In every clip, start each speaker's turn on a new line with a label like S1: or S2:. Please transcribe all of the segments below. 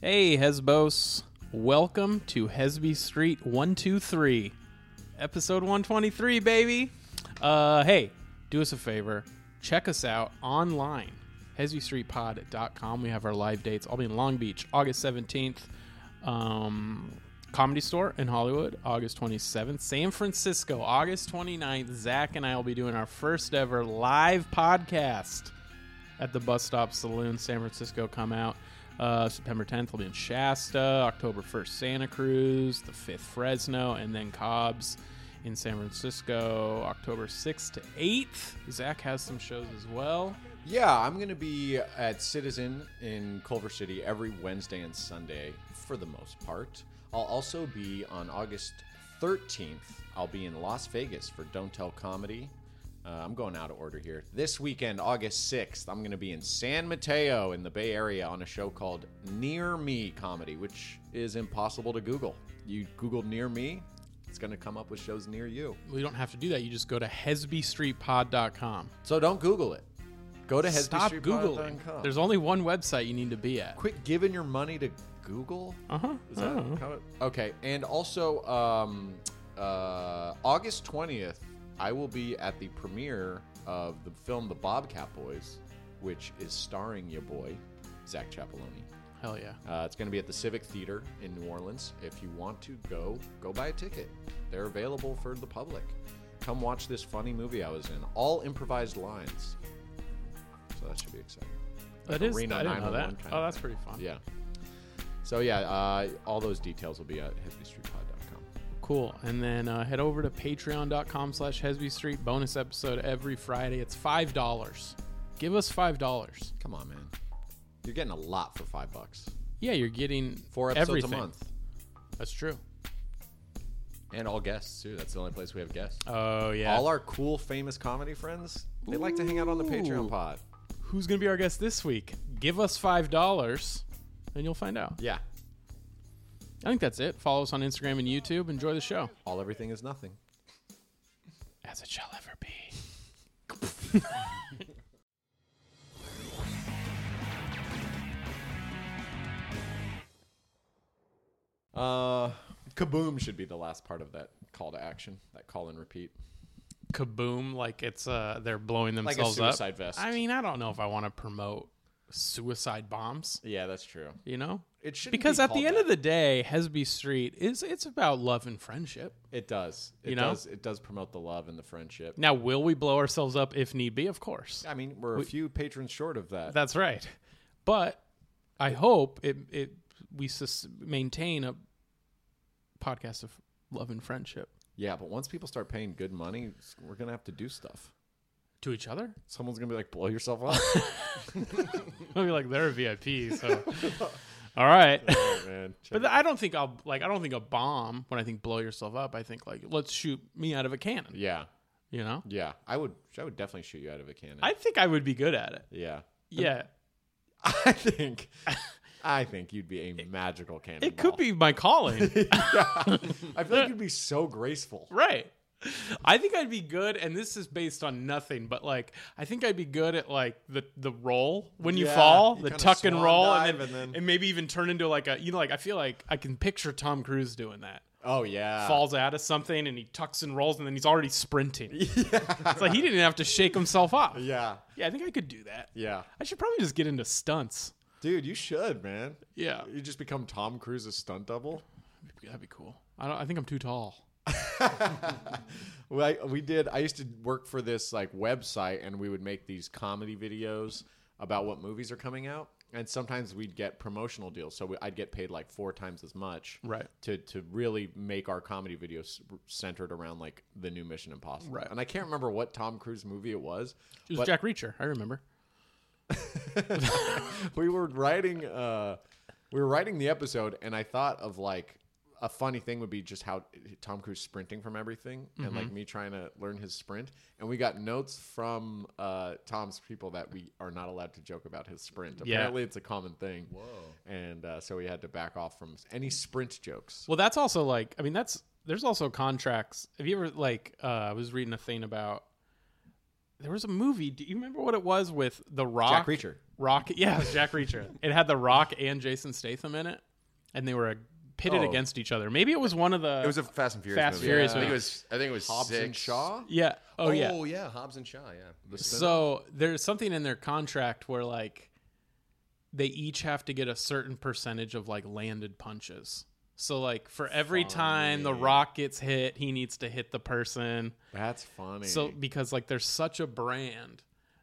S1: Hey, Hesbos. Welcome to Hesby Street 123, episode 123, baby. Uh, hey, do us a favor. Check us out online, hesbystreetpod.com. We have our live dates. I'll be in Long Beach, August 17th. Um, Comedy Store in Hollywood, August 27th. San Francisco, August 29th. Zach and I will be doing our first ever live podcast at the Bus Stop Saloon, San Francisco. Come out. Uh, September 10th will be in Shasta. October 1st, Santa Cruz. The 5th, Fresno. And then Cobb's in San Francisco. October 6th to 8th. Zach has some shows as well.
S2: Yeah, I'm going to be at Citizen in Culver City every Wednesday and Sunday for the most part. I'll also be on August 13th. I'll be in Las Vegas for Don't Tell Comedy. Uh, I'm going out of order here. This weekend, August 6th, I'm going to be in San Mateo in the Bay Area on a show called Near Me Comedy, which is impossible to Google. You Google Near Me, it's going to come up with shows near you.
S1: We don't have to do that. You just go to E hesbystreetpod.com.
S2: So don't Google it. Go to
S1: Stop
S2: hesbystreetpod.com.
S1: Googling. There's only one website you need to be at.
S2: quit giving your money to Google.
S1: Uh huh.
S2: Is that how it- okay? And also, um, uh, August twentieth, I will be at the premiere of the film The Bobcat Boys, which is starring your boy Zach Chapeloni.
S1: Hell yeah.
S2: Uh, it's going to be at the Civic Theater in New Orleans. If you want to go, go buy a ticket. They're available for the public. Come watch this funny movie I was in. All improvised lines. So that should be exciting.
S1: That is.
S2: Arena
S1: I didn't know
S2: 911
S1: that.
S2: kind
S1: Oh,
S2: of
S1: that's
S2: thing.
S1: pretty fun.
S2: Yeah. So yeah, uh, all those details will be at hesbystreetpod.com.
S1: Cool. And then uh, head over to patreon.com slash Hesby Street. Bonus episode every Friday. It's $5. Give us $5.
S2: Come on, man. You're getting a lot for five bucks.
S1: Yeah, you're getting
S2: Four episodes
S1: everything.
S2: a month.
S1: That's true.
S2: And all guests too. That's the only place we have guests.
S1: Oh, yeah.
S2: All our cool famous comedy friends, they like to hang out on the
S1: Ooh.
S2: Patreon pod.
S1: Who's going to be our guest this week? Give us $5 and you'll find out.
S2: Yeah.
S1: I think that's it. Follow us on Instagram and YouTube. Enjoy the show.
S2: All everything is nothing.
S1: As it shall ever be.
S2: Uh kaboom should be the last part of that call to action. That call and repeat.
S1: kaboom like it's uh they're blowing
S2: Like a
S1: themselves
S2: suicide
S1: up.
S2: vest.
S1: I mean, I don't know if I want to promote suicide bombs,
S2: Yeah, that's true.
S1: you know?
S2: It should
S1: Because at the end of the day, Hesby Street is it's about love and friendship.
S2: it does. It
S1: You know?
S2: does it does promote the love and the friendship.
S1: Now, will we blow ourselves up if need be? Of course.
S2: I mean, we're a few patrons short of that.
S1: That's right. But I hope it it we sus- maintain a podcast of love and friendship
S2: Yeah, but once people start paying good money, s- we're gonna have to do stuff.
S1: to each other.
S2: Someone's gonna be like, "Blow yourself up,
S1: I'll be like they're a VIP, so All right.
S2: man."
S1: But I don't think I'll like. I don't think a bomb. When I think blow yourself up, I think like let's shoot me out of a cannon.
S2: yeah,
S1: You know,
S2: yeah, I would, I would definitely shoot you out of a cannon.
S1: I think I would be good at it.
S2: yeah,
S1: Yeah,
S2: I think, I think you'd be a magical cannonball.
S1: it could be my calling.
S2: I feel like you'd be so graceful.
S1: right. I think I'd be good, and this is based on nothing. But like, I think I'd be good at like the the roll when you
S2: Yeah,
S1: fall,
S2: you
S1: the
S2: kinda
S1: tuck and
S2: swan
S1: roll, and
S2: dive
S1: then, and
S2: and then-
S1: maybe even turn into like a you know like I feel like I can picture Tom Cruise doing that.
S2: Oh yeah,
S1: Falls out of something and he tucks and rolls, and then he's already sprinting. It's like he didn't have to shake himself off.
S2: Yeah,
S1: Yeah, I think I could do that.
S2: yeah,
S1: I should probably just get into stunts.
S2: dude, you should, man.
S1: Yeah,
S2: You just become Tom Cruise's stunt double.
S1: that'd be cool. I don't. I think I'm too tall.
S2: Well, I, we did. I used to work for this like website, and we would make these comedy videos about what movies are coming out. And sometimes we'd get promotional deals, so we, I'd get paid like four times as much,
S1: Right.
S2: To to really make our comedy videos centered around like the new Mission Impossible,
S1: Right.
S2: And I can't remember what Tom Cruise movie it was.
S1: It was
S2: but
S1: Jack Reacher. I remember.
S2: we were writing, uh, we were writing the episode, and I thought of like a funny thing would be just how Tom Cruise sprinting from everything, and like me trying to learn his sprint. And we got notes from uh, Tom's people that we are not allowed to joke about his sprint.
S1: Yeah.
S2: Apparently, it's a common thing. Whoa! And uh, so we had to back off from any sprint jokes.
S1: Well, that's also like. I mean, that's there's also contracts. Have you ever like? Uh, I was reading a thing about there was a movie. Do you remember what it was with the Rock?
S2: Jack Reacher.
S1: Rock. Yeah, it was Jack Reacher. it had the Rock and Jason Statham in it, and they were uh, pitted
S3: Oh.
S1: against each other. Maybe it was one of the.
S3: It was a Fast and Furious.
S1: Fast
S3: movie.
S1: Furious
S3: Uh, I think
S1: movie.
S3: it was. I think it was
S2: Hobbs
S3: six.
S2: and Shaw.
S1: yeah. Oh, yeah.
S3: Oh yeah, Hobbs and Shaw. Yeah.
S1: So there's something in their contract where like they each have to get a certain percentage of like landed punches. So like for every time the rock gets hit, he needs to hit the person.
S2: That's funny.
S1: So because like there's such a brand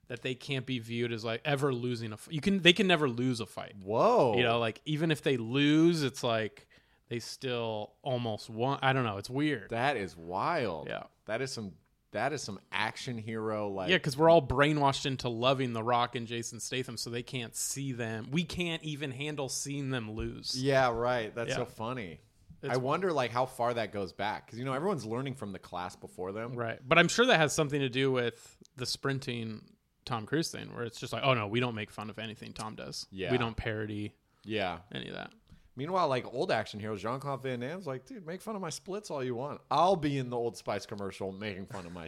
S1: that they can't be viewed as like ever losing a f- you can they can never lose a fight.
S2: whoa,
S1: You know, like even if they lose, it's like they still almost won. I don't know, it's weird.
S2: that is wild.
S1: Yeah.
S2: that is some that is some action hero like.
S1: Yeah, because we're all brainwashed into loving The Rock and Jason Statham, so they can't see them. We can't even handle seeing them lose.
S2: Yeah, right. That's
S1: Yeah.
S2: so funny. I wonder like how far that goes back because you know everyone's learning from the class before them.
S1: Right. But I'm sure that has something to do with the sprinting Tom Cruise thing, where it's just like, oh no, we don't make fun of anything Tom does.
S2: Yeah.
S1: We don't parody
S2: Yeah.
S1: any of that.
S2: Meanwhile, like old action heroes, Jean Claude Van Damme's like, dude, make fun of my splits all you want. I'll be in the Old Spice commercial making fun of my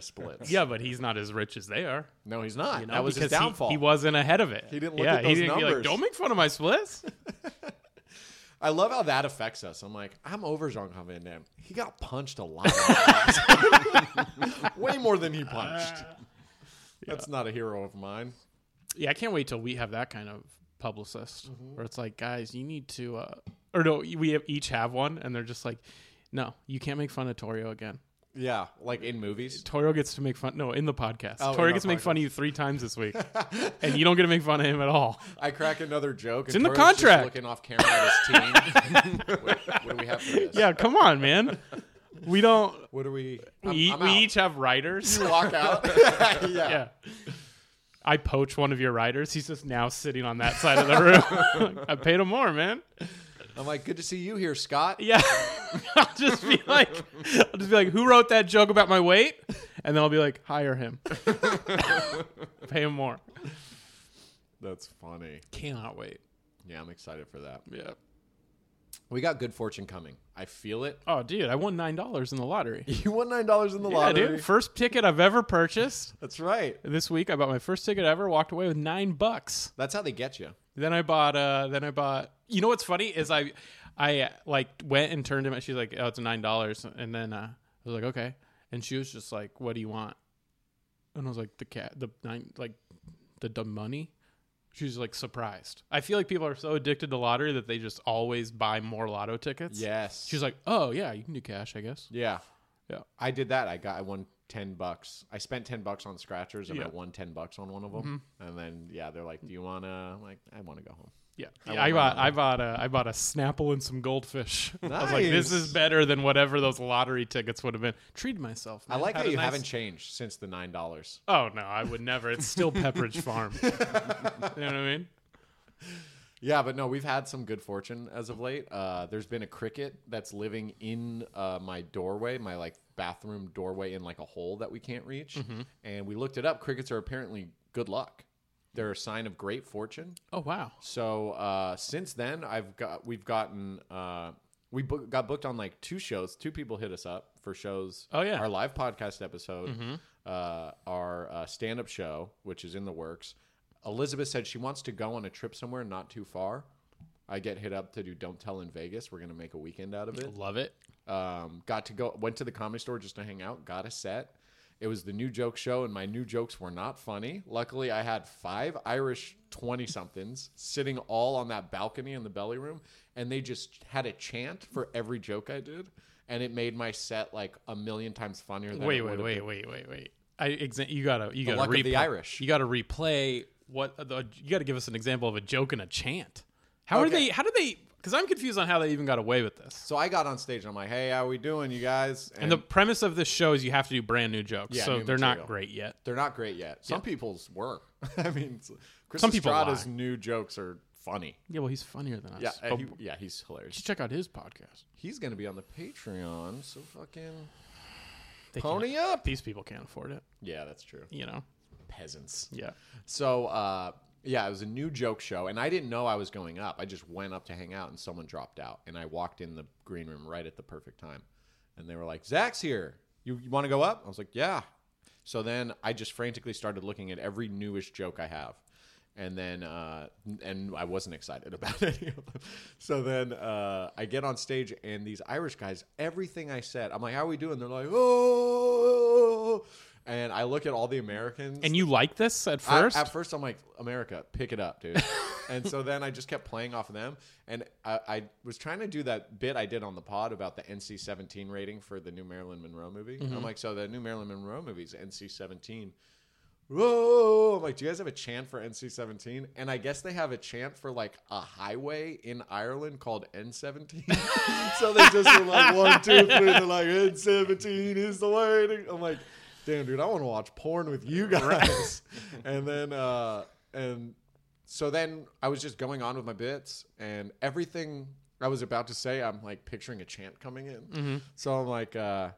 S2: splits.
S1: Yeah, but he's not as rich as they are.
S2: No, he's not.
S1: You know,
S2: that was his
S1: because he-
S2: downfall.
S1: He, wasn't ahead of it.
S2: He didn't look
S1: yeah,
S2: at
S1: he
S2: those
S1: didn't be like,
S2: numbers.
S1: don't make fun of my splits.
S2: I love how that affects us. I'm like, I'm over Jean Claude Van Damme. He got punched a lot. Way more than he punched. That's not a hero of mine.
S1: Yeah, I can't wait till we have that kind of publicist
S2: Mm-hmm.
S1: where it's like, guys, you need to, uh, or no, we have, each have one, and they're just like, no, you can't make fun of Torio again.
S2: Yeah, like in movies.
S1: Torio gets to make fun. No, in the podcast,
S2: Oh, in
S1: Torio
S2: our
S1: gets to make fun of you three times this week, and you don't get to make fun of him at all.
S2: I crack another joke. It's
S1: in the contract.
S2: looking off camera at his team.
S3: what, what do we have for this?
S1: Yeah, come on, man. We don't.
S2: what are we? I'm-
S1: We,
S2: I'm
S1: we
S2: out.
S1: each have writers.
S2: walk out. yeah.
S1: yeah. I poach one of your writers. He's just now sitting on that side of the room. I paid him more, man.
S2: I'm like, good to see you here, Scott.
S1: Yeah. I'll just be like I'll just be like, who wrote that joke about my weight? And then I'll be like, hire him. Pay him more.
S2: That's funny.
S1: Cannot wait.
S2: Yeah, I'm excited for that.
S1: Yeah.
S2: We got good fortune coming. I feel it.
S1: Oh dude, I won nine dollars in the lottery.
S2: You won nine dollars in the
S1: Yeah,
S2: lottery.
S1: dude. First ticket I've ever purchased.
S2: That's right.
S1: This week I bought my first ticket ever, walked away with nine bucks.
S2: That's how they get you.
S1: Then I bought. Uh, then I bought. You know what's funny is I, I uh, like went and turned him. She's like, "Oh, it's nine dollars." And then uh, I was like, "Okay." And she was just like, "What do you want?" And I was like, "The cat, the nine, like, the, the money." She's like surprised. I feel like people are so addicted to lottery that they just always buy more lotto tickets.
S2: Yes.
S1: She's like, "Oh yeah, you can do cash, I guess."
S2: yeah,
S1: Yeah.
S2: I did that. I got. I won ten bucks. I spent ten bucks on scratchers, and I
S1: Yeah. Mm-hmm.
S2: won ten bucks on one of them. And then yeah, they're like, "Do you wanna?" I'm like, "I want to go home."
S1: Yeah,
S2: I
S1: I,
S2: want
S1: bought.
S2: my
S1: I bought a. I bought a Snapple and some goldfish. I was like, "This
S2: Nice.
S1: is better than whatever those lottery tickets would have been." Treat myself.
S2: I
S1: man.
S2: like
S1: Had
S2: how
S1: a
S2: you
S1: nice-
S2: haven't changed since the nine dollars.
S1: Oh no, I would never. It's still Pepperidge Farm. you know what I mean?
S2: Yeah, but no, we've had some good fortune as of late. Uh, there's been a cricket that's living in uh, my doorway, my like bathroom doorway, in like a hole that we can't reach. And we looked it up. Crickets are apparently good luck. They're a sign of great fortune.
S1: Oh wow.
S2: So uh, since then, I've got we've gotten uh, we book, got booked on like two shows. Two people hit us up for shows.
S1: Oh, yeah. Mm-hmm.
S2: our live podcast episode, uh, our uh, stand up show, which is in the works. Elizabeth said she wants to go on a trip somewhere not too far. I get hit up to do Don't Tell in Vegas. We're gonna make a weekend out of it.
S1: Love it.
S2: Um, got to go, went to the comedy store just to hang out. Got a set. It was the new joke show, and my new jokes were not funny. Luckily, I had five Irish twenty somethings sitting all on that balcony in the belly room, and they just had a chant for every joke I did, and it made my set like a million times funnier. Than
S1: Wait,
S2: it
S1: wait,
S2: would've
S1: wait,
S2: been.
S1: wait, wait, wait. I exa- you gotta you gotta
S2: luck of
S1: replay
S2: the Irish.
S1: You gotta replay what the, you gotta give us an example of a joke and a chant. How are
S2: Okay.
S1: they? How do they? Because I'm confused on how they even got away with this.
S2: So I got on stage. and I'm like, "Hey, how we doing, you guys?"
S1: And the premise of this show is you have to do brand new jokes,
S2: Yeah,
S1: so
S2: new
S1: they're not
S2: material.
S1: great yet.
S2: They're not great yet. Some people's were. I mean, Chris
S1: Some people
S2: Estrada's
S1: lie.
S2: new jokes are funny.
S1: Yeah, well, he's funnier than us.
S2: Yeah,
S1: but
S2: and he- yeah, he's hilarious.
S1: check out his podcast.
S2: He's gonna be on the Patreon, so fucking
S1: They can't-
S2: pony up.
S1: These people can't afford it.
S2: Yeah, that's true.
S1: You know.
S2: Peasants.
S1: Yeah.
S2: So, uh, yeah, it was a new joke show, and I didn't know I was going up. I just went up to hang out, and someone dropped out, and I walked in the green room right at the perfect time, and they were like, "Zach's here. You, you want to go up?" I was like, "Yeah." So then I just frantically started looking at every newish joke I have. And then, uh, and I wasn't excited about any of them. So then uh, I get on stage, and these Irish guys, everything I said, I'm like, how are we doing? They're like, oh. And I look at all the Americans.
S1: And you like this at
S2: I-
S1: first?
S2: at first, I'm like, America, pick it up, dude. and so then I just kept playing off of them. And I, I was trying to do that bit I did on the pod about the NC 17 rating for the new Marilyn Monroe movie. I'm like, so the new Marilyn Monroe movie is NC 17. Whoa! I'm like, do you guys have a chant for NC 17? And I guess they have a chant for like a highway in Ireland called N17. so they just were like, one, two, three. They're like, N17 is the way. I'm like, damn, dude, I want to watch porn with you guys. and then, uh, and so then I was just going on with my bits and everything I was about to say, I'm like picturing a chant coming in.
S1: Mm-hmm.
S2: So I'm like, uh,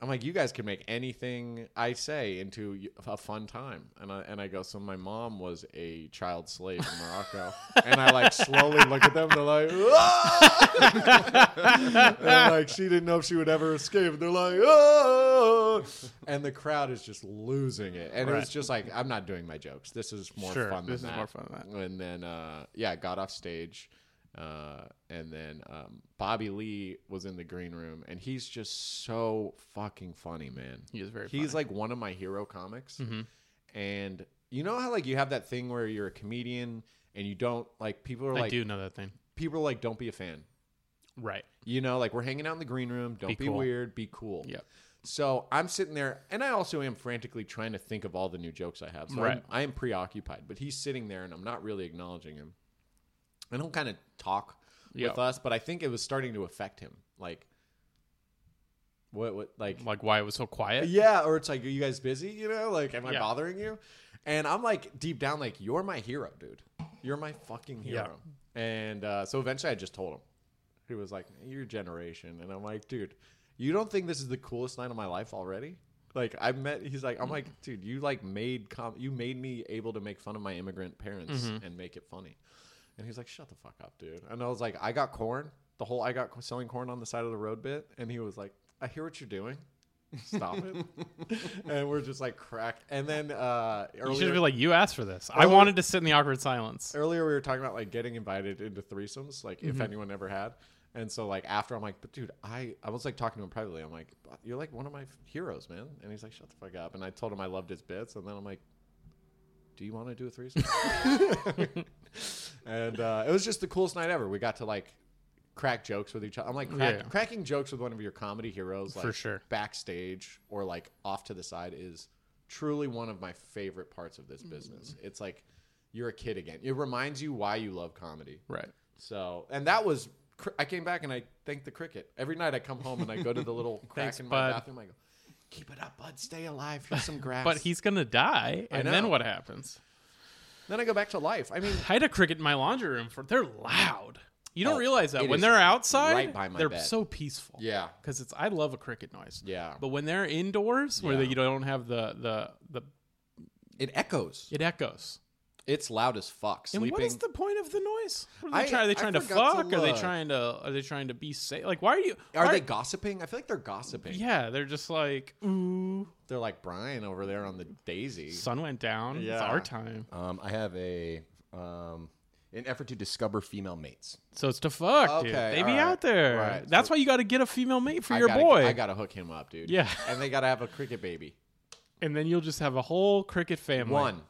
S2: I'm like, you guys can make anything I say into y- a fun time. And I, and I go, so my mom was a child slave in Morocco. and I like slowly look at them. They're like, "Ah!" and I'm like, she didn't know if she would ever escape. They're like, oh, and the crowd is just losing it. And it was
S1: Right.
S2: just like, I'm not doing my jokes. This is more
S1: Sure,
S2: fun.
S1: this
S2: than
S1: is
S2: that.
S1: more fun than
S2: And then uh, yeah, got off stage, uh, and then um, Bobby Lee was in the green room, and he's just so fucking funny, man.
S1: He is very Mm-hmm.
S2: He's like one of my hero comics, and you know how like you have that thing where you're a comedian and you don't like people are
S1: I
S2: like
S1: do know that thing.
S2: people are like don't be a fan.
S1: Right.
S2: You know, like we're hanging out in the green room. Don't
S1: Be
S2: be,
S1: cool.
S2: weird. Be cool.
S1: Yep.
S2: So I'm sitting there, and I also am frantically trying to think of all the new jokes I have. So
S1: Right.
S2: I'm, I am preoccupied, but he's sitting there, and I'm not really acknowledging him. And he'll kind of talk
S1: Yeah.
S2: with us, but I think it was starting to affect him. Like, what? What? Like,
S1: Like why it was so quiet.
S2: yeah, or it's like, are you guys busy? You know, like, am I
S1: Yeah.
S2: bothering you? And I'm like, deep down, like, you're my hero, dude. You're my fucking hero. And uh, so eventually I just told him. He was like, your generation. And I'm like, dude, you don't think this is the coolest night of my life already? Like I met, he's like, I'm like,
S1: Mm-hmm.
S2: dude, you like made com- you made me able to make fun of my immigrant parents
S1: Mm-hmm.
S2: and make it funny. And he's like, shut the fuck up, dude. And I was like, I got corn, the whole I got co- selling corn on the side of the road bit. And he was like, I hear what you're doing. Stop it. and we're just like cracked. And then uh,
S1: You should
S2: earlier,
S1: be like, you asked for this. I
S2: Earlier-
S1: wanted to sit in the awkward silence.
S2: earlier we were talking about like getting invited into threesomes, like
S1: Mm-hmm.
S2: if anyone ever had. And so like after I'm like, but dude, I I was like talking to him privately. I'm like, "But you're like one of my heroes, man. And he's like, shut the fuck up. And I told him I loved his bits, and then I'm like, do you want to do a threesome? and uh, it was just the coolest night ever. We got to like crack jokes with each other. I'm like crack,
S1: Yeah.
S2: cracking jokes with one of your comedy heroes, like
S1: For sure.
S2: backstage or like off to the side, is truly one of my favorite parts of this business. It's like you're a kid again. It reminds you why you love comedy.
S1: Right.
S2: So, and that was cr- I came back and I thanked the cricket. Every night I come home and I go to the little crack
S1: Thanks,
S2: in my
S1: bud.
S2: bathroom. I go, keep it up, bud. Stay alive. Here's some grass.
S1: But he's gonna die,
S2: I
S1: and then
S2: know.
S1: what happens?
S2: then I go back to life. I mean,
S1: I had a cricket in my laundry room for they're loud. You don't
S2: Oh,
S1: realize that
S2: it
S1: when
S2: is
S1: they're outside,
S2: right by my
S1: they're
S2: bed.
S1: so peaceful.
S2: yeah,
S1: because it's I love a cricket noise.
S2: yeah.
S1: But when they're indoors, where
S2: Yeah.
S1: you don't have the the the
S2: It echoes.
S1: it echoes.
S2: It's loud as fuck. Sleeping.
S1: And what is the point of the noise? What are they,
S2: I-
S1: trying, are they
S2: I
S1: trying to
S2: forgot to
S1: fuck? are they
S2: look.
S1: trying to are they trying to be safe? Like why are you?
S2: Are
S1: why-
S2: they gossiping? I feel like they're gossiping.
S1: Yeah, they're just like ooh,
S2: They're like Brian over there on the daisy.
S1: sun went down. It's
S2: Yeah.
S1: our time,
S3: Um, I have a um, an effort to discover female mates.
S1: so it's to fuck, dude.
S2: Okay,
S1: They be
S2: all right,
S1: out there.
S2: right.
S1: That's why you got to get a female mate for
S2: I
S1: your
S2: gotta-
S1: boy,
S2: I gotta hook him up, dude.
S1: Yeah.
S2: And they gotta have a cricket baby.
S1: and then you'll just have a whole cricket family.
S2: One.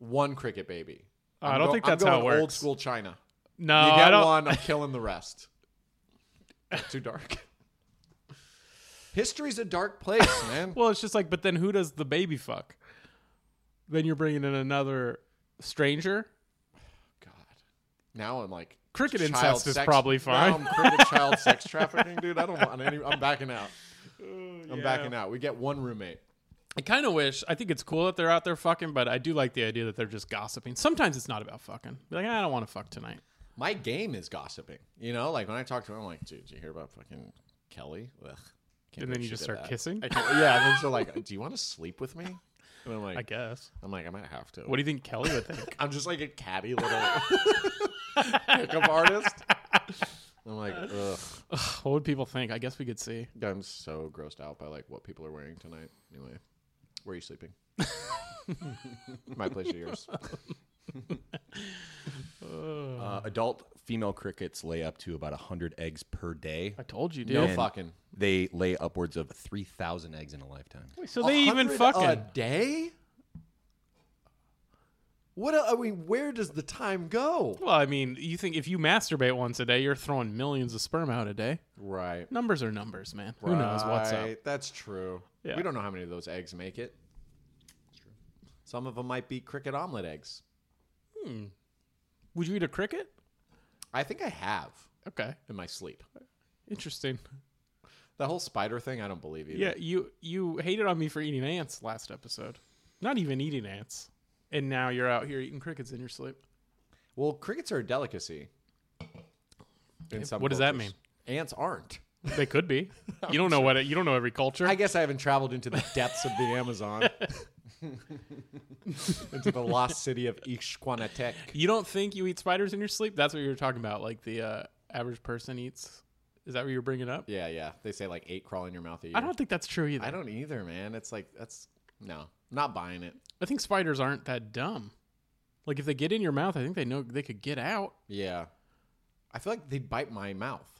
S2: One cricket baby.
S1: I
S2: I'm
S1: don't
S2: go-
S1: think
S2: I'm
S1: that's how it
S2: going Old
S1: works.
S2: school China.
S1: No,
S2: You
S1: I
S2: get
S1: don't.
S2: one, I'm killing the rest. Too dark. History's a dark place, man.
S1: Well, it's just like, but then who does the baby fuck? Then you're bringing in another stranger.
S2: God. Now I'm like
S1: Cricket
S2: child
S1: incest is
S2: sex-
S1: probably fine.
S2: Now I'm cricket child sex trafficking, dude. I don't want any. I'm backing out.
S1: Oh,
S2: I'm backing out. We get one roommate.
S1: I kind of wish. I think it's cool that they're out there fucking, but I do like the idea that they're just gossiping. Sometimes it's not about fucking. Be like, I don't want to fuck tonight.
S2: My game is gossiping. You know, like when I talk to him, I'm like, dude, did you hear about fucking Kelly? Ugh. Can't
S1: And
S2: believe
S1: then you
S2: she
S1: just
S2: did
S1: start
S2: that.
S1: kissing?
S2: I can't- yeah. And then she's like, do you want to sleep with me? And I'm
S1: I
S2: like,
S1: guess.
S2: I'm like, I might have to.
S1: What do you think Kelly would think?
S2: I'm just like a catty little pickup artist. I'm like, ugh.
S1: what would people think? I guess we could see.
S2: I'm so grossed out by like what people are wearing tonight. Anyway, Where are you sleeping?
S3: My place or yours? uh, adult female crickets lay up to about 100 eggs per day.
S1: I told you, dude.
S2: No
S3: And
S2: fucking.
S3: They lay upwards of 3,000 eggs in a lifetime.
S1: so they even
S2: 100
S1: fucking.
S2: a day. What? a- I mean, where does the time go?
S1: well, I mean, you think if you masturbate once a day, you're throwing millions of sperm out a day.
S2: Right.
S1: Numbers are numbers, man. Who knows what's up?
S2: Right, That's true.
S1: Yeah.
S2: We don't know how many of those eggs make it. Some of them might be cricket omelet eggs.
S1: Would you eat a cricket?
S2: I think I have
S1: Okay,
S2: in my sleep.
S1: interesting.
S2: The whole spider thing, I don't believe either.
S1: Yeah, you you hated on me for eating ants last episode. Not even eating ants, and now you're out here eating crickets in your sleep.
S2: Well, crickets are a delicacy. In some
S1: What does that
S2: cultures. Ants aren't.
S1: They could be. You don't know what it, you don't know every culture.
S2: I guess I haven't traveled into the depths of the Amazon, into the lost city of Ixquanatec.
S1: you don't think you eat spiders in your sleep? That's what you were talking about. Like the uh, average person eats. Is that what you're bringing up?
S2: Yeah, yeah. They say like eight crawl in your mouth a year.
S1: I don't think that's true either.
S2: I
S1: I,
S2: don't either, man. It's like that's no, not buying it.
S1: think spiders aren't that dumb. Like if they get in your mouth, I think they know they could get out.
S2: Yeah, I feel like they'd bite my mouth.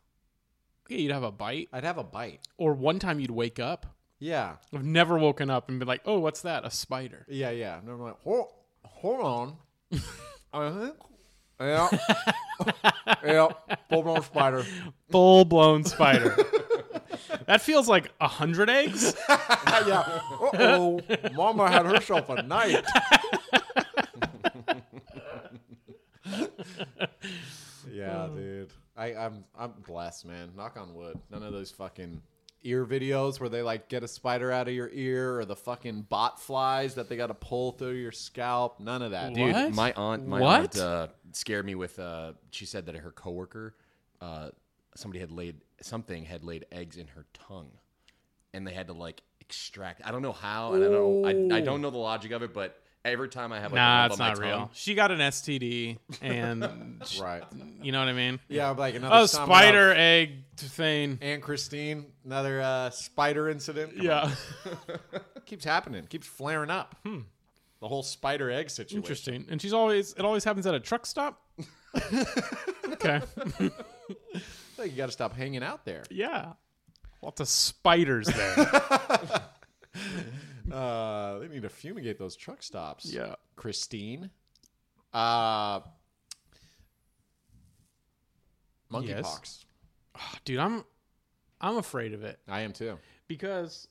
S1: Yeah, you'd have a bite,
S2: I'd have a bite.
S1: or one time you'd wake up.
S2: Yeah,
S1: I've never woken up and been like, "Oh, what's that? A spider?"
S2: yeah, yeah. No, I'm like, hold, hold on. I think, yeah, yeah, full blown spider.
S1: Full blown spider. that feels like a hundred eggs.
S2: yeah. Uh oh, Mama had herself a night.
S1: Uh.
S2: yeah, dude. I, I'm I'm blessed, man. Knock on wood. None of those fucking ear videos where they like get a spider out of your ear or the fucking bot flies that they got to pull through your scalp. None of that.
S1: Dude,
S2: Dude.
S1: What?
S3: my aunt, my
S1: What?
S3: aunt uh, scared me with. Uh, she said that her coworker, uh, somebody had laid something had laid eggs in her tongue, and they had to like extract. I don't know how, and I don't, I, I don't know the logic of it, but every time I have like
S1: Nah,
S3: a lump
S1: it's
S3: on
S1: not
S3: my
S1: real.
S3: tongue,
S1: She got an STD, and she-
S2: Right.
S1: you know what I mean.
S2: Yeah, like another
S1: Oh,
S2: summer
S1: spider
S2: of-
S1: egg thing.
S2: And Christine, another uh, spider incident. Come
S1: Yeah,
S2: on. keeps happening. Keeps flaring up. The whole spider egg situation.
S1: Hmm. interesting. And she's always it always happens at a truck stop. okay,
S2: Like you got to stop hanging out there.
S1: yeah, lots of spiders there.
S2: Uh, they need to fumigate those truck stops.
S1: yeah,
S2: Christine. Uh, monkeypox.
S1: Yes. dude, I'm I'm afraid of it
S2: I am too.
S1: because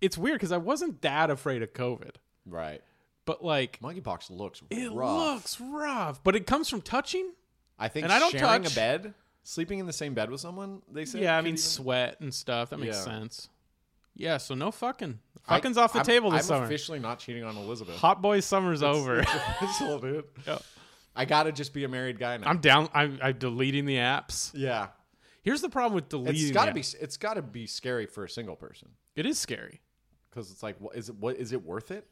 S1: it's weird because I wasn't that afraid of COVID,
S2: Right.
S1: but like
S2: Monkeypox looks
S1: it
S2: rough.
S1: looks rough. But it comes from touching.
S2: I think
S1: and I don't
S2: sharing
S1: touch-
S2: a bed, sleeping in the same bed with someone. They say.
S1: Yeah, I
S2: could
S1: mean
S2: even-
S1: sweat and stuff. That makes
S2: Yeah.
S1: sense. Yeah, so no fucking.
S2: I-
S1: Fucking's off the
S2: I'm-
S1: table this
S2: I'm
S1: summer.
S2: officially not cheating on Elizabeth.
S1: Hot boy summer's over.
S2: Official, dude.
S1: Yeah.
S2: I gotta just be a married guy now.
S1: I'm down. I'm, I'm deleting the apps.
S2: yeah.
S1: Here's the problem with deleting.
S2: It's gotta
S1: the
S2: be.
S1: app.
S2: It's gotta be scary for a single person.
S1: It is scary.
S2: because it's like, what is it? What is it worth it?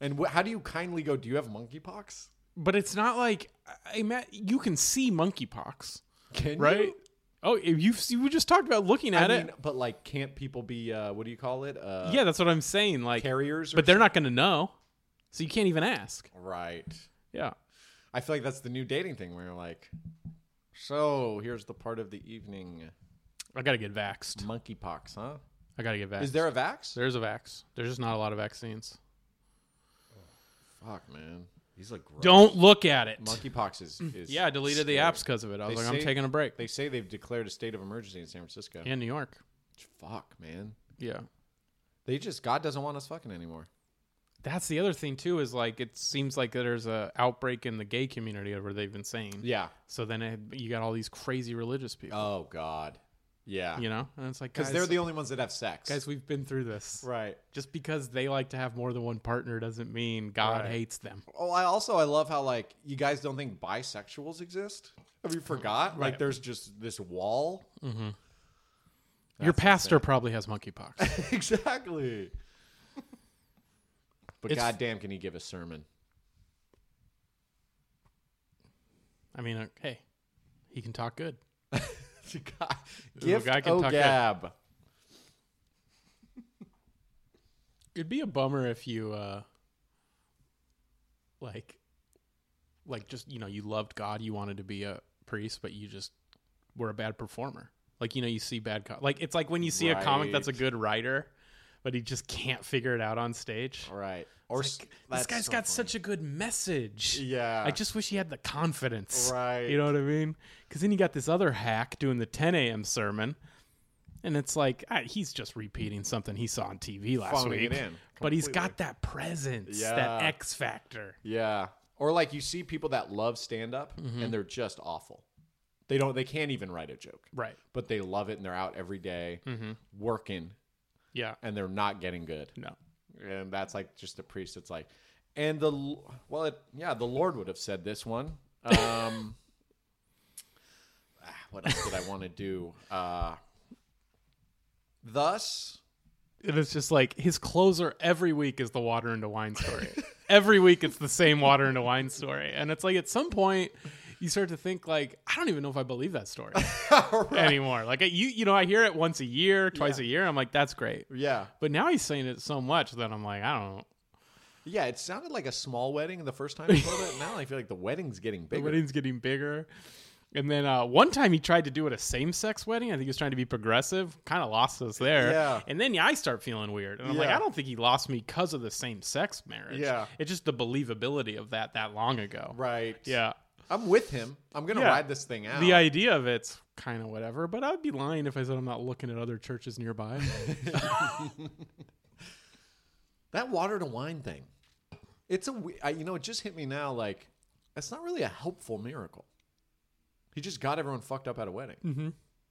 S2: And wh- how do you kindly go? Do you have monkeypox?
S1: But it's not like I- I Matt, you can see monkeypox,
S2: Can
S1: right?
S2: you?
S1: Oh, you you just talked about looking
S2: I
S1: at
S2: mean,
S1: it.
S2: but like, can't people be? Uh, what do you call it? Uh,
S1: Yeah, that's what I'm saying. Like,
S2: carriers. Or
S1: but they're not going to know, so you can't even ask.
S2: right.
S1: Yeah.
S2: I feel like that's the new dating thing where you're like, so here's the part of the evening,
S1: I gotta get vaxxed.
S2: monkeypox, huh?
S1: I gotta get vaxxed.
S2: Is there a vax?
S1: There's a vax. There's just not a lot of vaccines.
S2: Fuck, man.
S3: these look gross.
S1: Don't look at it.
S2: Monkeypox is. is
S1: Yeah, I deleted the
S2: scary.
S1: apps because of it. I was
S2: They
S1: like, I'm
S2: say-
S1: taking a break.
S2: They say they've declared a state of emergency in San Francisco.
S1: in New York.
S2: Fuck, man.
S1: Yeah.
S2: They just God doesn't want us fucking anymore.
S1: That's the other thing too is like it seems like there's a outbreak in the gay community where they've been saying.
S2: Yeah.
S1: So then it, you got all these crazy religious people,
S2: Oh God. Yeah.
S1: you know, and it's like
S2: Because
S1: guys,
S2: they're the only ones that have sex.
S1: guys we've been through this.
S2: right.
S1: Just because they like to have more than one partner doesn't mean God hates them.
S2: Oh, I also I love how like you guys don't think bisexuals exist. Have you forgot? Like there's just this wall.
S1: Mm-hmm. Your pastor probably has monkeypox.
S2: exactly. But
S1: It's-
S2: goddamn, can he give a sermon?
S1: I mean, uh, hey, he can talk good.
S2: Gift
S1: guy can talk
S2: O'Gab.
S1: It'd be a bummer if you uh like like just you know, you loved God, you wanted to be a priest, but you just were a bad performer. Like you know, you see bad co- like it's like when you see a comic that's a
S2: Right.
S1: good writer, but he just can't figure it out on stage.
S2: All right. Or
S1: Like, this guy's got such a good message.
S2: Yeah.
S1: I just wish he had the confidence.
S2: Right.
S1: You know what I mean? Because then you got this other hack doing the 10 a.m. sermon, and it's like ah, he's just repeating something he saw on TV last
S2: Phoning it
S1: week.
S2: in
S1: but he's got
S2: completely.
S1: that presence, that
S2: Yeah.
S1: X factor.
S2: Yeah. Or like you see people that love stand up
S1: Mm-hmm.
S2: and they're just awful. They don't they can't even write a joke.
S1: Right.
S2: But they love it and they're out every day
S1: Mm-hmm.
S2: working
S1: Yeah.
S2: and they're not getting good.
S1: No.
S2: And that's like just the priest it's like and the l- well it, yeah, the Lord would have said this one. Um ah, what else did I want to do? Uh thus
S1: And it's just like his closer every week is the water into wine story. every week it's the same water into wine story. And it's like at some point you start to think like, I don't even know if I believe that story anymore. Like you you know, I hear it once a year, twice a year, I'm like, that's great.
S2: yeah.
S1: But now he's saying it so much that I'm like, I don't know.
S2: Yeah, it sounded like a small wedding the first time I told it. Now I feel like the wedding's getting
S1: The
S2: bigger.
S1: wedding's getting bigger. And then uh, one time he tried to do it a same sex wedding. I think he was trying to be progressive. Kind of lost us there.
S2: Yeah.
S1: And then yeah, I start feeling weird. And I'm like,
S2: Yeah.
S1: I don't think he lost me because of the same sex marriage.
S2: Yeah.
S1: It's just the believability of that that long ago.
S2: Right.
S1: Yeah.
S2: I'm with him. I'm gonna
S1: Yeah.
S2: ride this thing out.
S1: The idea of it's kind of whatever, but I'd be lying if I said I'm not looking at other churches nearby.
S2: that water to wine thing. It's a we- I, you know it just hit me now like that's not really a helpful miracle. He just got everyone fucked up at a wedding. Mm-hmm.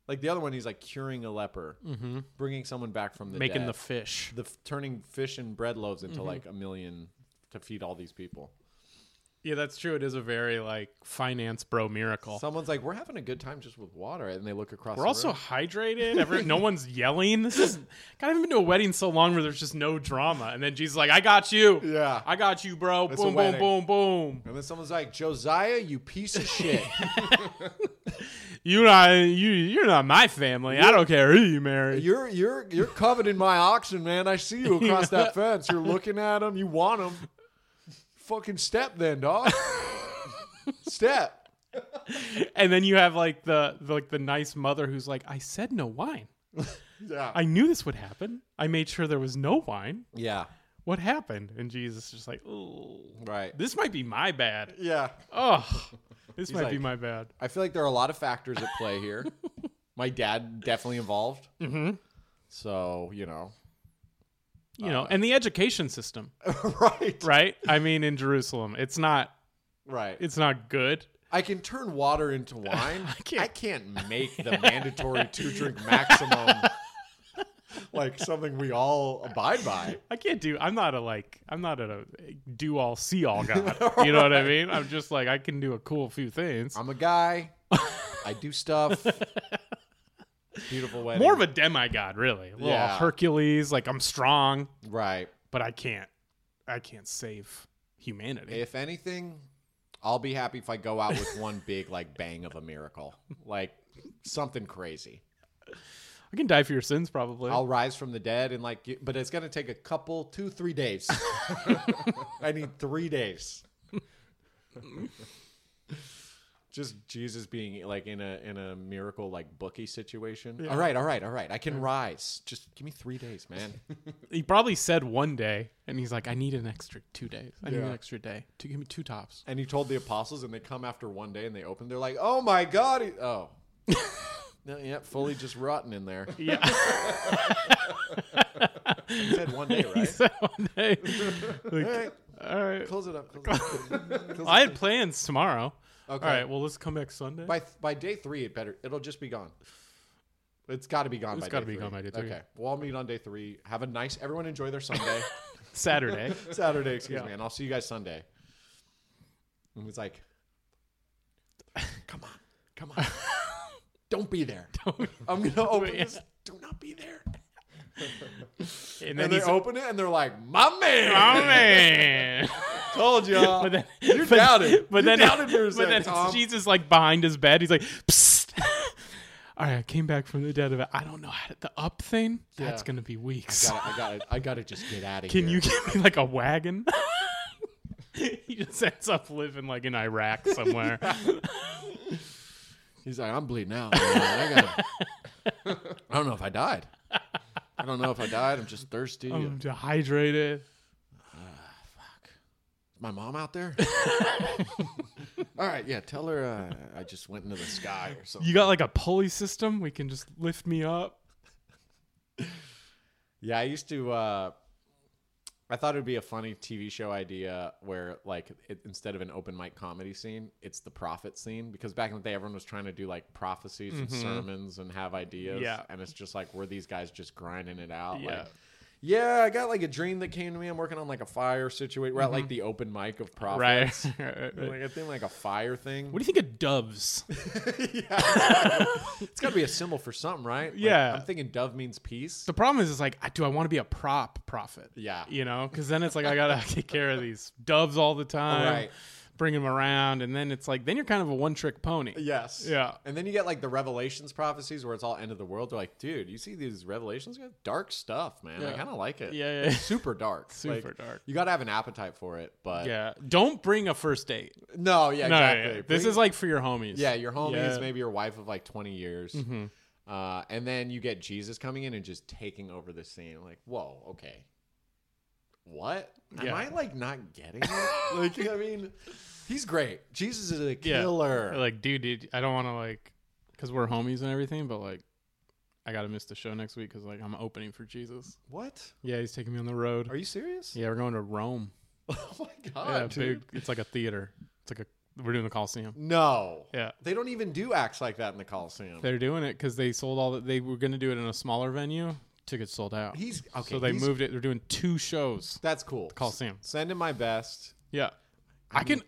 S2: Like the other one, he's like curing a leper, mm-hmm. bringing someone back from the
S1: Making
S2: dead,
S1: the Mm-hmm. fish.
S2: the f- turning fish and bread loaves into like a million to feed all these people.
S1: Yeah, that's true. It is a very like finance bro miracle.
S2: Someone's like, "We're having a good time just with water," and they look across.
S1: We're
S2: the
S1: also
S2: room.
S1: hydrated. Every, no one's yelling. This is God. I haven't been to a wedding so long where there's just no drama. And then Jesus is like, "I got you.
S2: Yeah.
S1: I got you, bro.
S2: a
S1: boom, boom,
S2: wedding.
S1: boom, boom.
S2: and then someone's like, "Josiah, you piece of shit."
S1: You're not you. You're not my family. I don't care who you marry.
S2: You're you're you're coveting my oxen, man. I see you across that fence. You're looking at them. You want them. Fucking step then, dog. step.
S1: And then you have like the, the like the nice mother who's like, "I said no wine.
S2: Yeah.
S1: I knew this would happen. I made sure there was no wine.
S2: yeah.
S1: What happened?" And Jesus is just like, "Ooh,
S2: Right.
S1: this might be my bad.
S2: Yeah.
S1: Oh, this might be
S2: like-
S1: my bad."
S2: I feel like there are a lot of factors at play here. my dad definitely involved. Mm-hmm. So you know.
S1: You
S2: uh,
S1: know, and the education system,
S2: right.
S1: right? I mean, in Jerusalem, it's not
S2: Right.
S1: it's not good.
S2: I can turn water into wine. I,
S1: can't-
S2: can't. make the mandatory two drink maximum like something we all abide by.
S1: I can't do. I'm not a like. I'm not a do all see all god. You know what I mean? I'm just like I can do a cool few things.
S2: I'm a guy. I do stuff. Beautiful wedding.
S1: More of a demigod, really. A little
S2: Yeah.
S1: Hercules. Like I'm strong,
S2: right.
S1: but I can't. I can't save humanity.
S2: If anything, I'll be happy if I go out with one big like bang of a miracle, like something crazy.
S1: I can die for your sins, probably.
S2: I'll rise from the dead and like, but it's gonna take a couple, two, three days. I need three days. Just Jesus being like in a in a miracle like bookie situation. All right, all right, all right. I can rise. Just give me three days, man.
S1: he probably said one day, and he's like, I need an extra two days. I need an
S2: Yeah.
S1: extra day to give me two tops.
S2: and he told the apostles, and they come after one day and they open. They're like, oh my god. he- oh, no, yeah, fully just rotten in there.
S1: Yeah.
S2: He said one day,
S1: he
S2: right?
S1: said one day. Like,
S2: all right,
S1: all right.
S2: close it up. Close it up. Close
S1: I
S2: it
S1: had plans tomorrow.
S2: Okay.
S1: All right. Well, let's come back Sunday.
S2: By th- by day three, it better it'll just be gone. It's got to be gone.
S1: It's
S2: by
S1: gotta
S2: day
S1: be
S2: three.
S1: gone by day three.
S2: Okay, well, I'll meet on day three. Have a nice. Everyone enjoy their Sunday,
S1: Saturday.
S2: Saturday. Excuse
S1: Yeah.
S2: me, and I'll see you guys Sunday. And it's like, come on, come on, don't be there. I'm gonna open
S1: yeah.
S2: this. Do not be there.
S1: And
S2: And
S1: then
S2: they
S1: he's
S2: open it, and they're like, "My man,
S1: Oh man.
S2: told y'all."
S1: But then,
S2: you Uh, doubted.
S1: But
S2: you
S1: then,
S2: doubted for a
S1: but then
S2: second, Tom.
S1: Jesus like behind his bed. He's like, Psst. all right, I came back from the dead of it. I don't know how to, the up thing. That's
S2: Yeah.
S1: gonna be weeks.
S2: Gotta- I gotta, I gotta just get out of here.
S1: Can you give me like a wagon? he just ends up living like in Iraq somewhere.
S2: He's like, I'm bleeding out. man. I, gotta, I don't know if I died. I don't know if I died. I'm just thirsty.
S1: I'm dehydrated.
S2: Is my mom out there? All right, yeah. Tell her uh, I just went into the sky or something.
S1: You got like a pulley system? We can just lift me up.
S2: Yeah, I used to. Uh, I thought it would be a funny TV show idea where, like, it, instead of an open mic comedy scene, it's the prophet scene. Because back in the day, everyone was trying to do like prophecies and sermons and have ideas.
S1: Mm-hmm. Yeah.
S2: and it's just like were these guys just grinding it out?
S1: Yeah.
S2: Like, yeah, I got like a dream that came to me. I'm working on like a fire situation. We're at like the open mic of
S1: Mm-hmm. Right.
S2: prophets. Like I think like a fire thing.
S1: What do you think of doves?
S2: It's got to be a symbol for something, right? Like,
S1: Yeah.
S2: I'm thinking dove means peace.
S1: The problem is, it's like, I- do I want to be a prop prophet?
S2: Yeah.
S1: You know, because then it's like, I got to take care of these doves all the time,
S2: Right.
S1: bring them around. And then it's like, then you're kind of a one trick pony.
S2: Yes.
S1: Yeah.
S2: And then you get like the Revelations prophecies where it's all end of the world. They're like, dude, you see these Revelations? Dark stuff, man. I
S1: Yeah.
S2: kind of like it.
S1: Yeah, yeah.
S2: It's super dark.
S1: Super
S2: Like,
S1: dark.
S2: You got to have an appetite for it, but
S1: Yeah. Don't bring a first date.
S2: no, yeah,
S1: No, yeah,
S2: exactly.
S1: yeah. This
S2: Bring-
S1: is like for your homies.
S2: yeah, your homies,
S1: Yeah. Mm-hmm.
S2: maybe your wife of like twenty years, uh, and then you get Jesus coming in and just taking over the scene. Like, whoa, okay, what? Am
S1: Yeah.
S2: I like not getting it? like, I mean, he's great. Jesus is a
S1: Yeah.
S2: killer.
S1: Like, dude, dude, I don't want to like, because we're homies and everything, but like, I gotta miss the show next week because like I'm opening for Jesus.
S2: what?
S1: Yeah, he's taking me on the road.
S2: Are you serious?
S1: yeah, we're going to Rome.
S2: Oh my
S1: yeah,
S2: god, dude.
S1: big. It's like a theater. It's like a we're doing the Coliseum.
S2: No.
S1: Yeah,
S2: They don't even do acts like that in the Coliseum.
S1: they're doing it because they sold all. The, they were gonna do it in a smaller venue. Tickets sold out.
S2: he's okay.
S1: so they
S2: he's-
S1: moved it. They're doing two shows.
S2: That's cool.
S1: Coliseum.
S2: Send him my best.
S1: Yeah, I can.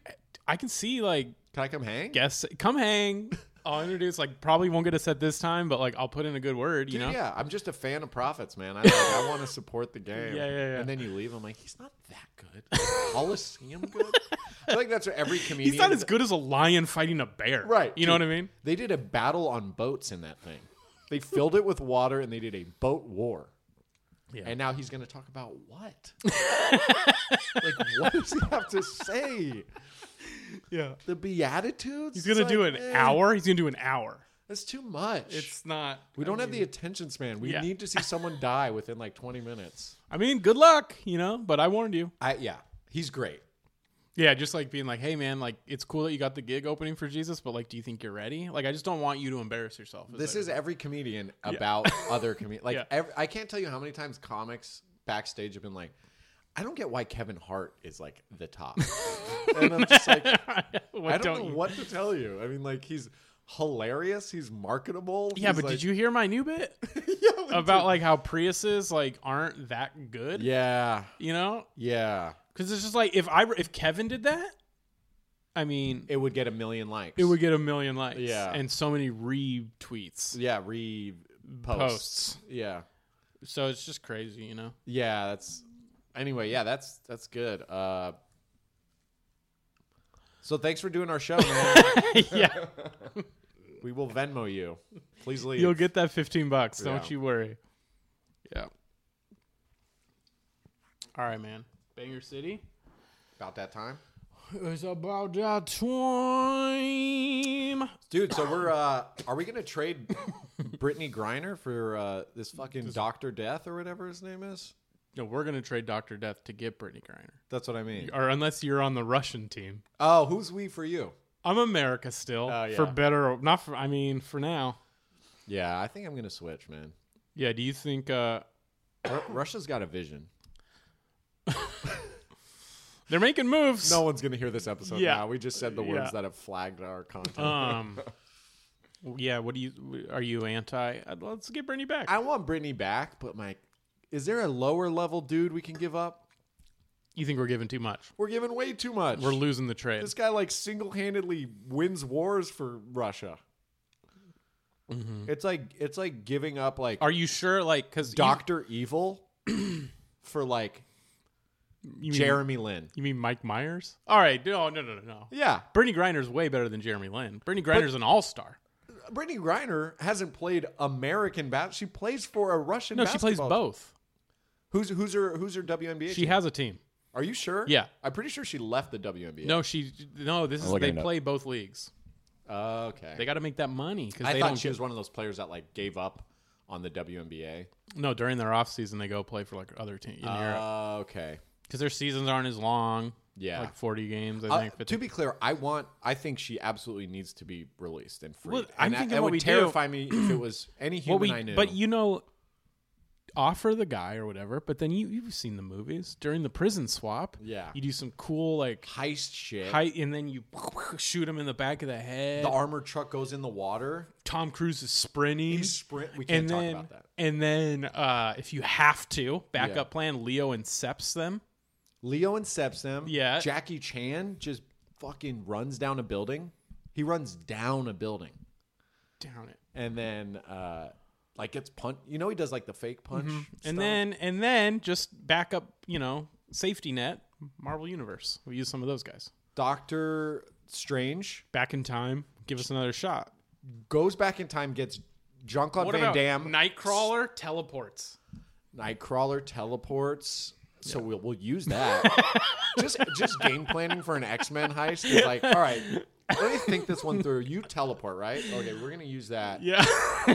S1: I can see like
S2: Can I come hang?
S1: guests come hang. I'll introduce like probably won't get a set this time, but like I'll put in a good word. You
S2: Dude,
S1: know.
S2: Yeah, I'm just a fan of profits, man. I, like, I want to support the game.
S1: Yeah, yeah, yeah.
S2: And then you leave. I'm like, he's not that good. Coliseum good. I think that's what every comedian.
S1: He's not as good as a lion fighting a bear.
S2: Right,
S1: You know what I
S2: dude.
S1: mean?
S2: They did a battle on boats in that thing. They filled it with water and they did a boat war.
S1: Yeah.
S2: And now he's going to talk about what? like, what does he have to say?
S1: Yeah.
S2: The Beatitudes?
S1: He's going to do an
S2: eh.
S1: hour. He's going to do an hour.
S2: That's too much.
S1: It's not.
S2: we don't have the attention span. We
S1: Yeah.
S2: need to see someone die within like 20 minutes.
S1: I mean, good luck, you know, but I warned you.
S2: I yeah, he's great.
S1: Yeah, just like being like, hey, man, like, it's cool that you got the gig opening for Jesus, but like, do you think you're ready? Like, I just don't want you to embarrass yourself.
S2: This
S1: it.
S2: is every comedian about other comedians. Like
S1: Yeah.
S2: ev I can't tell you how many times comics backstage have been like, I don't get why Kevin Hart is like the top. and I'm just like,
S1: What
S2: I don't, know
S1: you-
S2: what to tell you. I mean, like he's hilarious. He's marketable.
S1: Yeah, but did you hear my new bit about like how Priuses like aren't that good?
S2: Yeah,
S1: You know?
S2: yeah.
S1: Because it's just like, if I, were- if Kevin did that, I mean,
S2: It would get a million likes.
S1: It would get a million likes.
S2: Yeah.
S1: And so many retweets.
S2: Yeah, re
S1: Posts.
S2: posts. Yeah.
S1: So it's just crazy, you know?
S2: Yeah, that's anyway, yeah, that's that's good. Uh so thanks for doing our show, man.
S1: yeah.
S2: we will Venmo you. Please leave.
S1: You'll get that 15 bucks. Don't
S2: Yeah.
S1: you worry. Yeah. All right, man. Banger City.
S2: about that time.
S1: It's about that time.
S2: Dude, so we're uh are we gonna trade Brittany Griner for uh this fucking Doctor Death or whatever his name is?
S1: No, we're going to trade Dr. Death to get Brittany Griner.
S2: That's what I mean.
S1: Or unless you're on the Russian team.
S2: Oh, who's we for you?
S1: I'm America still.
S2: Oh, yeah.
S1: For better or not for, I mean, for now.
S2: Yeah, I think I'm gonna switch, man.
S1: Yeah. Do you think, uh,
S2: Ru- Russia's got a vision.
S1: they're making moves?
S2: No one's gonna hear this episode
S1: Yeah.
S2: now. We just said the words
S1: Yeah.
S2: that have flagged our content.
S1: Um, yeah. What do you? Are you anti? uh, Let's get Brittany back.
S2: I want Brittany back, but my, is there a lower level dude we can give up?
S1: you think we're giving too much?
S2: We're giving way too much.
S1: We're losing the trade.
S2: this guy like single handedly wins wars for Russia. It's like it's like giving up like
S1: Mm-hmm. Are you sure? Like, because
S2: Doctor Evil for like
S1: you, mean,
S2: Jeremy Lin.
S1: You mean Mike Myers? All right. No, no, no, no, no.
S2: Yeah,
S1: Brittany Griner's way better than Jeremy Lin. Brittany Griner's an all star.
S2: Brittany Griner hasn't played American bat. She plays for a Russian.
S1: No, she
S2: basketball
S1: plays both.
S2: Who's who's her who's her WNBA?
S1: She
S2: team?
S1: has a team.
S2: Are you sure?
S1: Yeah.
S2: I'm pretty sure she left the WNBA.
S1: No, she no. This is
S3: looking
S1: they
S3: it up.
S1: play both leagues.
S2: Okay.
S1: They got to make that money because
S2: I
S1: they
S2: thought
S1: don't.
S2: she
S1: get-
S2: was one of those players that like gave up on the WNBA.
S1: no, during their off season they go play for like other team in Europe
S2: Uh, okay.
S1: because their seasons aren't as long.
S2: Yeah.
S1: like forty games. I
S2: Uh,
S1: think. 50.
S2: to be clear, I want. I think she absolutely needs to be released and free.
S1: Well, I'm
S2: and that,
S1: thinking
S2: that
S1: what
S2: would
S1: we do-
S2: terrify me if it was any
S1: Well,
S2: human
S1: we,
S2: I knew.
S1: but you know, offer the guy or whatever. But then you you've seen the movies during the prison swap.
S2: Yeah.
S1: you do some cool like
S2: heist shit.
S1: height, and then you shoot him in the back of the head.
S2: the armored truck goes in the water.
S1: Tom Cruise is sprinting.
S2: He's sprint. We
S1: and
S2: can't
S1: then,
S2: talk about that.
S1: and then, uh, if you have to, backup
S2: Yeah.
S1: plan, Leo incepts them.
S2: Leo incepts them.
S1: Yeah.
S2: Jackie Chan just fucking runs down a building. He runs down a building
S1: Down it.
S2: and then uh like gets punched. You know he does like the fake punch.
S1: Mm-hmm. And
S2: stuff?
S1: then, and then just backup, you know, safety net, Marvel Universe. We use some of those guys.
S2: Doctor Strange
S1: Back in time, give us another shot.
S2: goes back in time, gets Jean Claude
S1: What
S2: Van
S1: about
S2: Damme.
S1: Nightcrawler teleports?
S2: Nightcrawler teleports. So we'll we'll use that. just just game planning for an X Men heist is like, all right, let me think this one through. You teleport, right? Okay, we're gonna use that.
S1: Yeah.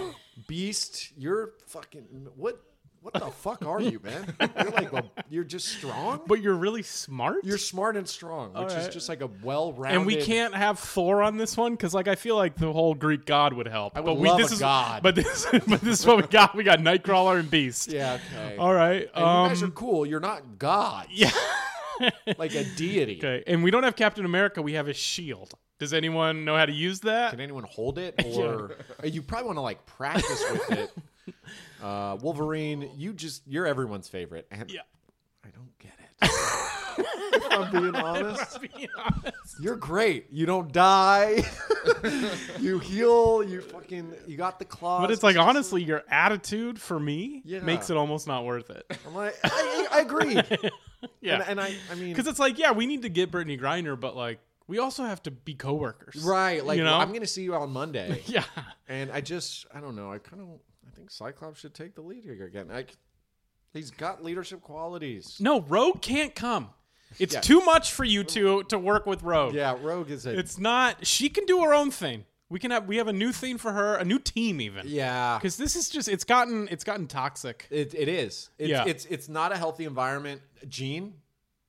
S2: Beast, you're fucking what? What the fuck are you, man? You're like a, you're just strong.
S1: but you're really smart.
S2: You're smart and strong, which is
S1: right.
S2: just like a well-rounded.
S1: and we can't have Thor on this one because, like, I feel like the whole Greek god would help.
S2: would
S1: but we,
S2: love
S1: this
S2: a
S1: is
S2: god.
S1: But this, but this is what we got. We got Nightcrawler and Beast.
S2: Yeah. Okay.
S1: All right.
S2: And
S1: um,
S2: you guys are cool. You're not God. Yeah. like a deity.
S1: Okay, and we don't have Captain America. We have his shield. Does anyone know how to use that?
S2: Can anyone hold it? Or uh, you probably want to like practice with it. Uh, Wolverine, you just you're everyone's favorite, and
S1: Yeah.
S2: I don't get it. if I'm being honest, you're great. You don't die. you heal. You fucking you got the claws.
S1: But it's like honestly, your attitude for me
S2: Yeah.
S1: makes it almost not worth it.
S2: I'm like I, I, I agree.
S1: Yeah,
S2: and, and I I mean
S1: because it's like yeah, we need to get Brittany Griner, but like we also have to be coworkers,
S2: right like
S1: you know?
S2: I'm gonna see you on Monday.
S1: Yeah,
S2: And I just, I don't know. I kind of, I think Cyclops should take the lead here again. Like, he's got leadership qualities.
S1: no, Rogue can't come. It's
S2: Yeah.
S1: too much for you to to work with Rogue.
S2: Yeah, Rogue is a.
S1: It's not. She can do her own thing. We can have we have a new thing for her, a new team even.
S2: yeah,
S1: because this is just it's gotten it's gotten toxic.
S2: it, it is. It's,
S1: Yeah.
S2: it's it's not a healthy environment. Jean,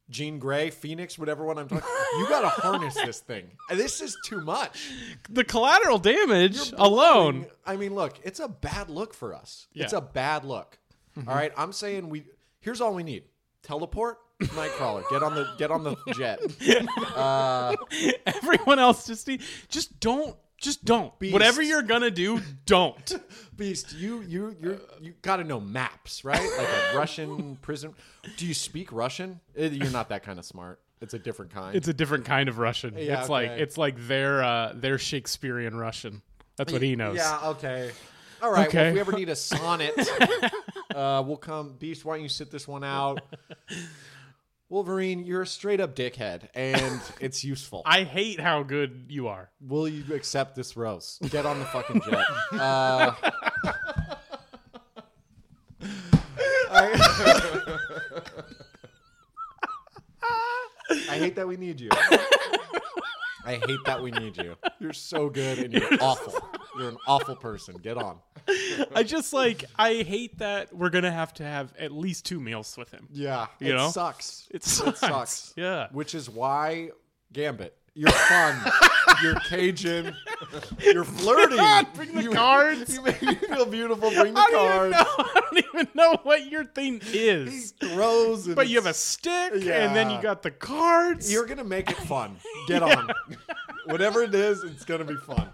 S2: Jean Grey, Phoenix, whatever one I'm talking. you got to harness this thing. This is too much.
S1: The collateral damage alone.
S2: I mean, look, it's a bad look for us. It's
S1: Yeah. Mm-hmm.
S2: a bad look. All right, I'm saying we. Here's all we need: teleport, Nightcrawler, get on the get on the jet. Uh,
S1: Everyone else just need- just don't just don't.
S2: Beast.
S1: Whatever you're gonna do, don't.
S2: Beast, you you you you got to know maps, right? Like a Russian prison. Do you speak Russian? Eh, You're not that kind of smart. It's a different kind.
S1: it's a different kind of Russian.
S2: Yeah,
S1: it's like
S2: okay.
S1: it's like their uh, their Shakespearean Russian. That's what he knows.
S2: yeah. Okay. All right. Well,
S1: Okay.
S2: if we ever need a sonnet, uh, we'll come. Beast, why don't you sit this one out? Wolverine, you're a straight up dickhead, and it's useful.
S1: I hate how good you are.
S2: Will you accept this rose? Get on the fucking jet. Uh, I, I hate that we need you. I hate that we need you. You're so good and you're awful. You're an awful person. Get on.
S1: I just like I hate that we're gonna have to have at least two meals with him.
S2: Yeah.
S1: You
S2: it
S1: know?
S2: sucks.
S1: It sucks.
S2: sucks.
S1: Yeah.
S2: Which is why Gambit, you're fun. you're Cajun. You're flirty.
S1: Bring the
S2: You-
S1: cards.
S2: You make me feel beautiful. Bring the
S1: I don't even
S2: cards.
S1: know. I don't even know what your thing
S2: He
S1: is.
S2: throws. And
S1: But you have a
S2: it's-
S1: stick, and then you
S2: Yeah.
S1: got the cards.
S2: You're gonna make it fun. Get on. Whatever it is, it's gonna be fun.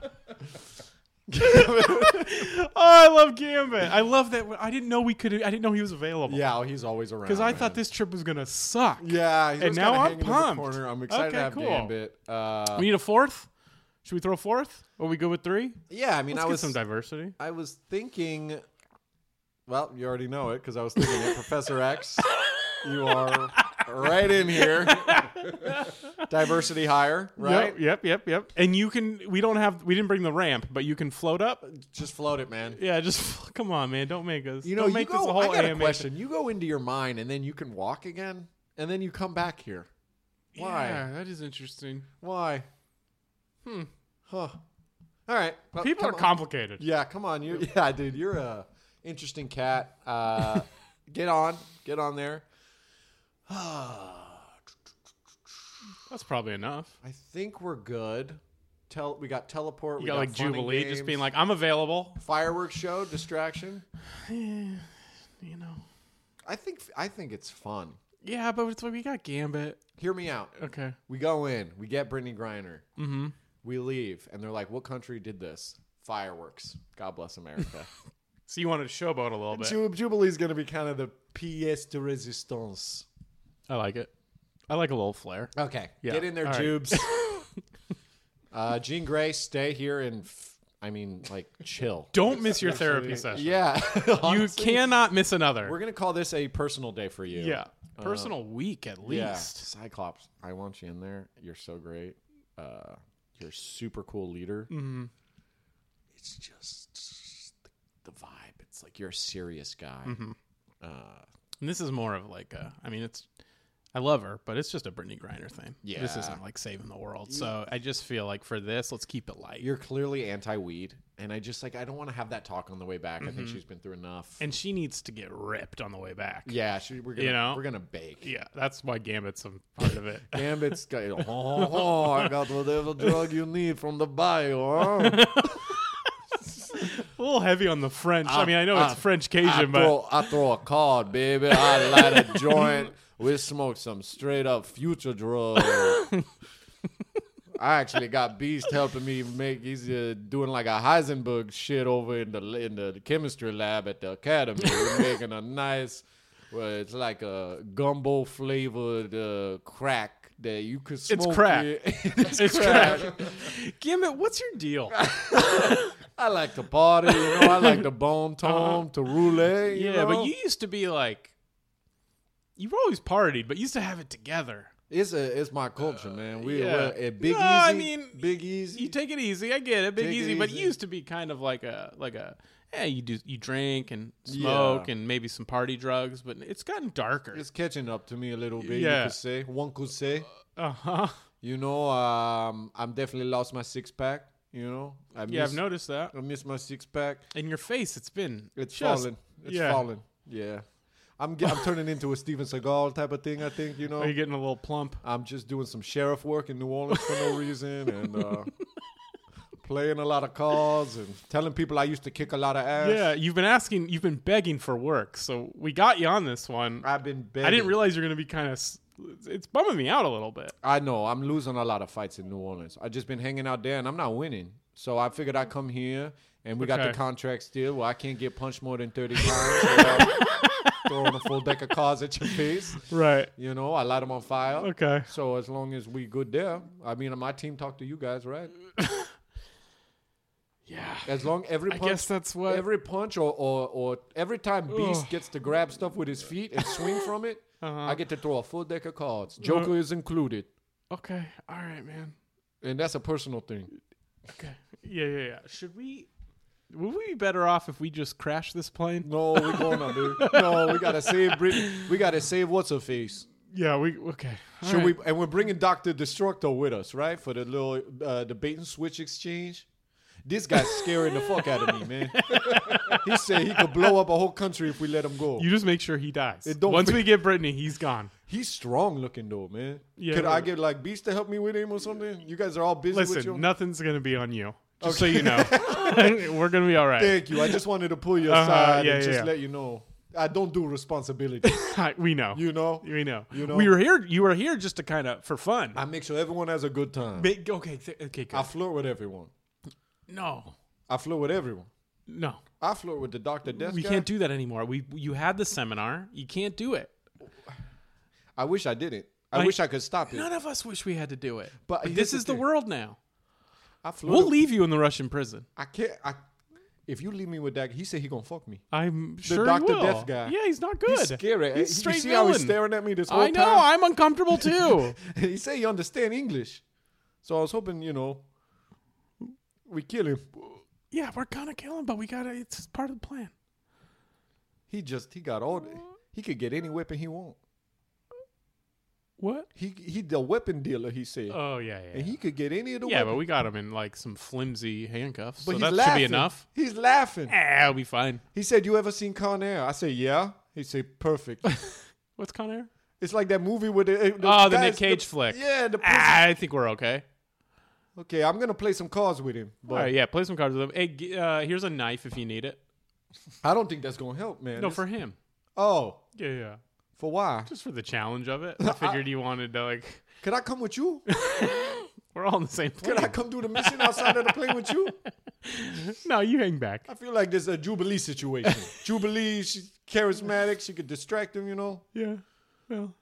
S1: oh, I love Gambit. I love that. I didn't know we could. I didn't know he was available.
S2: yeah, he's always around.
S1: Because I
S2: man.
S1: thought this trip was gonna suck.
S2: Yeah, he's always
S1: now
S2: kinda
S1: I'm
S2: hanging in the
S1: pumped.
S2: corner. I'm excited
S1: Okay,
S2: to have
S1: cool.
S2: Gambit. Uh,
S1: We need a fourth. Should we throw a fourth? Or we go with three?
S2: yeah, I mean,
S1: Let's
S2: I
S1: get
S2: was
S1: some diversity.
S2: I was thinking. Well, you already know it because I was thinking it. Professor X, you are right in here. Diversity higher, right?
S1: Yep, yep, yep, yep. And you can. We don't have. We didn't bring the ramp, but you can float up.
S2: Just float it, man.
S1: Yeah, just come on, man. Don't make us.
S2: You know,
S1: don't
S2: you
S1: make
S2: go,
S1: this a whole
S2: I got a
S1: AMA
S2: question. You go into your mind and then you can walk again, and then you come back here. Why?
S1: Yeah, that is interesting.
S2: Why? Hmm. Huh. All right. Well,
S1: People
S2: come
S1: are
S2: on.
S1: complicated.
S2: Yeah, come on. You yeah, dude, you're a interesting cat. Uh, get on. Get on there. Ah.
S1: That's probably enough.
S2: I think we're good. Tell we got teleport.
S1: You
S2: we
S1: got, like
S2: fun and
S1: Jubilee just
S2: games.
S1: being like, I'm available.
S2: fireworks show distraction.
S1: Eh, You know.
S2: I think I think it's fun.
S1: Yeah, but it's like we got Gambit.
S2: Hear me out.
S1: Okay.
S2: We go in. We get Brittany Griner. Mm-hmm. We leave, and they're like, "What country did this?" Fireworks. God bless America.
S1: So you wanted to showboat a little bit.
S2: Ju- Jubilee's gonna be kind of the pièce de résistance.
S1: I like it. I like a little flair.
S2: Okay.
S1: Yeah.
S2: Get in there,
S1: All right.
S2: Jubes. uh, Jean Grey, stay here and, f- I mean, like, chill.
S1: Don't miss your therapy session.
S2: Yeah.
S1: You
S2: Honestly,
S1: cannot miss another.
S2: We're going to call this a personal day for you.
S1: yeah. Personal week at
S2: Uh, Yeah.
S1: least.
S2: Cyclops, I want you in there. You're so great. Uh, you're a super cool leader. Mm-hmm. It's just the, the vibe. It's like you're a serious guy.
S1: Mm-hmm. And this is more of like a, I mean, it's, I love her, but it's just a Brittany Griner thing. This
S2: Yeah.
S1: isn't like saving the world. So I just feel like for this, let's keep it light.
S2: You're clearly anti weed. And I just, like, I don't want to have that talk on the way back. I think she's been through enough.
S1: Mm-hmm. and she needs to get ripped on the way back.
S2: yeah, she, we're gonna
S1: You know?
S2: we're gonna bake.
S1: Yeah, that's why Gambit's a part of it.
S2: Gambit's got, oh, oh, oh, I got whatever drug you need from the bio. huh?
S1: a little heavy on the French. I mean, I know
S2: uh,
S1: it's French
S2: I
S1: Cajun, but
S2: throw, I throw a card, baby. I light a joint. We smoke some straight up future drug. I actually got Beast helping me make. He's uh, doing like a Heisenberg shit over in the in the chemistry lab at the academy. We're making a nice. Well, it's like a gumbo flavored uh, crack that you could smoke.
S1: crack.
S2: it.
S1: it's trash. Gambit, what's your deal?
S2: I like to party, you know. I like to bon ton, to roulette.
S1: Uh-huh. yeah, but you used to be like, you've always partied, but used to have it together.
S2: it's a, it's my culture, man. We
S1: Uh, yeah.
S2: we're at Big
S1: No,
S2: Easy.
S1: I mean,
S2: Big Easy.
S1: You take it easy. I get it, big
S2: Take it
S1: easy, but
S2: easy.
S1: you used to be kind of like a like a. Yeah, you do. You drink and smoke
S2: Yeah.
S1: and maybe some party drugs, but it's gotten darker.
S2: it's catching up to me a little bit.
S1: Yeah.
S2: You could say one could say,
S1: Uh huh.
S2: you know, um, I'm definitely lost my six pack. You know, I
S1: Yeah,
S2: miss,
S1: I've noticed that.
S2: I miss my six pack.
S1: In your face, it's been
S2: It's
S1: just-
S2: falling. It's
S1: yeah.
S2: falling. Yeah, I'm ge- I'm turning into a Steven Seagal type of thing. I think you know.
S1: Are you getting a little plump?
S2: I'm just doing some sheriff work in New Orleans for no reason and uh, playing a lot of cards and telling people I used to kick a lot of ass.
S1: Yeah, you've been asking, you've been begging for work, so we got you on this one. I,
S2: I've been begging.
S1: didn't realize you're going to be kind of. It's bumming me out a little bit.
S2: I know. I'm losing a lot of fights in New Orleans. I've just been hanging out there and I'm not winning. So I figured I'd come here and we got the
S1: Okay.
S2: contract still where I can't get punched more than 30 times. without throwing a full deck of cards at your face.
S1: Right.
S2: You know, I light them on fire.
S1: Okay.
S2: So as long as we good there, I mean, my team talked to you guys, right?
S1: Yeah.
S2: As long every
S1: I
S2: punch
S1: guess that's what.
S2: every punch or, or, or every time Beast gets to grab stuff with his feet and swing from it,
S1: Uh-huh.
S2: I get to throw a full deck of cards. Joker is included.
S1: okay. All right, man.
S2: And that's a personal thing.
S1: Okay. Yeah, yeah, yeah. Should we? Would we be better off if we just crash this plane?
S2: No, we going to dude. No, we gotta save Britain. We gotta save what's her face.
S1: Yeah. We okay. All
S2: Should
S1: right.
S2: we? And we're bringing Doctor Destructo with us, right? For the little uh, the bait and switch exchange. This guy's scaring the fuck out of me, man. he said he could blow up a whole country if we let him go.
S1: You just make sure he dies.
S2: It don't-
S1: Once we get Brittany, he's gone.
S2: He's strong looking though, man.
S1: Yeah.
S2: Could I get like Beast to help me with him or something? You guys are all busy with your.
S1: Listen, nothing's gonna be on you. Just so you know, we're gonna be all right.
S2: Thank you. I just wanted to pull you
S1: Uh-huh,
S2: aside
S1: yeah,
S2: and
S1: yeah,
S2: just
S1: yeah.
S2: let you know I don't do responsibility.
S1: we know.
S2: you know,
S1: We know.
S2: You know?
S1: We were here. You were here just to kind of for fun.
S2: I make sure everyone has a good time.
S1: Big, okay, th- okay, good.
S2: I flirt with everyone.
S1: no,
S2: I flirt with everyone.
S1: no,
S2: I flirt with the Doctor Death.
S1: we
S2: guy.
S1: can't do that anymore. We you had the seminar. You can't do it.
S2: I wish I didn't. I,
S1: I-
S2: wish I could stop it.
S1: None of us wish we had to do it.
S2: But
S1: But,
S2: here's
S1: this
S2: the
S1: is the
S2: thing.
S1: world now.
S2: I flirt.
S1: We'll
S2: with-
S1: leave you in the Russian prison.
S2: I can't. I If you leave me with that, he said he gonna fuck me.
S1: I'm sure he
S2: Dr.
S1: will.
S2: Death guy.
S1: Yeah, he's not good.
S2: He's scary.
S1: He's
S2: You
S1: straight
S2: see how he's
S1: villain.
S2: staring at me this whole
S1: I know.
S2: time?
S1: I'm uncomfortable too.
S2: he said he understand English, so I was hoping you know we kill him.
S1: yeah, we're gonna kill him, but we gotta. It's part of the plan.
S2: He just he got all. He could get any weapon he want.
S1: What?
S2: He he the weapon dealer. He said,
S1: Oh yeah, yeah.
S2: and he could get any of the
S1: yeah,
S2: weapons.
S1: but we got him in like some flimsy handcuffs, so
S2: But he's
S1: that
S2: laughing.
S1: should be enough.
S2: He's laughing.
S1: Ah, it'll be fine.
S2: He said, "You ever seen Con Air?" I said, "Yeah." He said, "Perfect."
S1: What's Con Air?
S2: it's like that movie with the, eh, the
S1: Oh, the
S2: guys-
S1: Nick Cage flick.
S2: Yeah, the prison-
S1: Ah, I think we're okay.
S2: okay. I'm gonna play some cards with him, but
S1: All right, yeah, play some cards with him. Hey, g- uh, here's a knife if you need it.
S2: I don't think that's gonna help, man.
S1: No,
S2: It's-
S1: for him.
S2: oh,
S1: Yeah, yeah.
S2: for why?
S1: Just for the challenge of it. I figured you wanted to like.
S2: Could I come with you?
S1: We're all in the same plane.
S2: Could I come do the mission outside of the plane with you?
S1: No, you hang back.
S2: I feel like this is a Jubilee situation. Jubilee, she's charismatic. She could distract him, you know.
S1: Yeah. Well,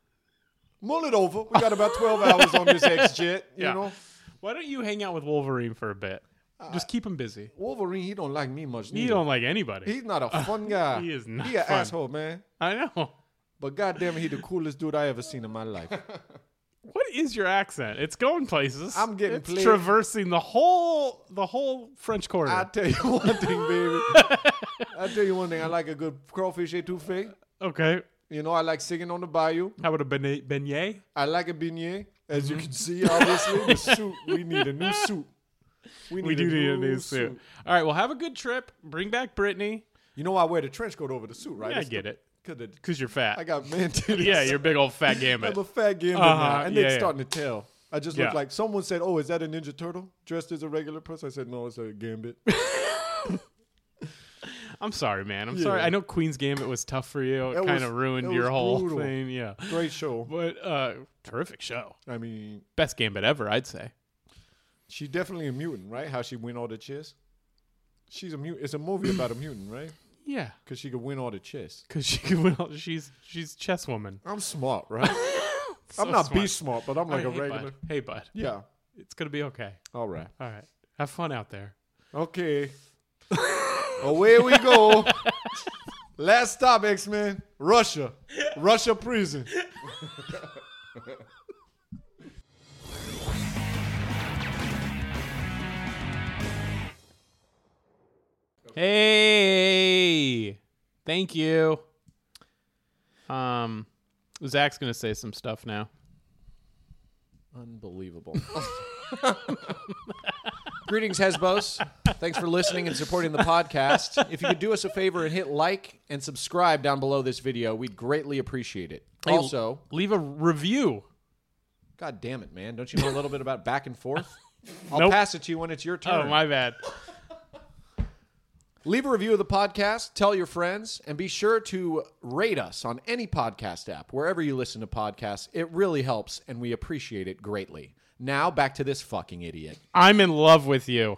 S2: Mull it over. We got about 12 hours on this X jet, you
S1: Yeah.
S2: know.
S1: why don't you hang out with Wolverine for a bit? Just keep him busy.
S2: Wolverine, Uh, he don't like me much.
S1: He
S2: neither.
S1: don't like anybody.
S2: He's not a fun guy.
S1: he is not
S2: He an
S1: fun.
S2: asshole, man.
S1: I know.
S2: But goddamn, he the coolest dude I ever seen in my life.
S1: What is your accent? It's going places.
S2: I'm getting
S1: it's
S2: played.
S1: traversing the whole the whole French Quarter.
S2: I tell you one thing, baby. I tell you one thing. I like a good crawfish étouffée.
S1: okay.
S2: You know, I like singing on the bayou.
S1: How about a beignet? beignet?
S2: I like a beignet. As
S1: Mm-hmm.
S2: you can see, obviously, the suit. We need a new suit.
S1: We do need a new suit. All right. Well, have a good trip. Bring back Brittany.
S2: You know, I wear the trench coat over the suit, right?
S1: Yeah, I
S2: It's
S1: get
S2: the-
S1: it.
S2: Cause the-
S1: Cause you're fat.
S2: I got man titties.
S1: yeah, you're a big old fat
S2: I'm
S1: gambit.
S2: a fat gambit now,
S1: Uh-huh,
S2: and
S1: yeah,
S2: it's
S1: yeah.
S2: starting to tell. I just
S1: Yeah.
S2: look like someone said, "Oh, is that a Ninja Turtle dressed as a regular person?" I said, "No, it's a gambit."
S1: I'm sorry, man. I'm
S2: Yeah.
S1: sorry. I know Queen's Gambit was tough for you. It,
S2: That
S1: kind of
S2: was-
S1: ruined
S2: that
S1: your
S2: was
S1: whole
S2: brutal.
S1: thing. Yeah.
S2: Great show.
S1: But uh terrific show.
S2: I mean,
S1: Best Gambit ever, I'd say.
S2: She definitely a mutant, right? How she win all the chess. She's a mutant. It's a movie about a mutant, right?
S1: Yeah.
S2: Because she could win all the chess.
S1: Cause she could well she's she's chess woman.
S2: I'm smart, right?
S1: So
S2: I'm not
S1: smart.
S2: beast smart, but I'm like
S1: Hey,
S2: a
S1: hey,
S2: regular.
S1: Bud. Hey, bud.
S2: Yeah.
S1: It's gonna be okay.
S2: All right.
S1: All right. Have fun out there.
S2: Okay. Away we go. Last stop, X Men. Russia. Russia prison.
S1: Hey, thank you. Um, Zach's gonna say some stuff now.
S2: Unbelievable.
S3: Greetings, Hesbos.
S2: Thanks for listening and supporting the podcast. If you could do us a favor and hit like and subscribe down below this video, we'd greatly appreciate it.
S1: Hey,
S2: Also,
S1: leave a review.
S2: God damn it, man. Don't you know a little bit about back and forth? I'll
S1: Nope.
S2: pass it to you when it's your
S1: Oh,
S2: turn.
S1: my bad.
S2: Leave a review of the podcast, tell your friends, and be sure to rate us on any podcast app, wherever you listen to podcasts. It really helps, and we appreciate it greatly. Now, back to this fucking idiot.
S1: I'm in love with you.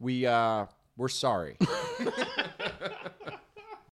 S2: We, uh, we're sorry.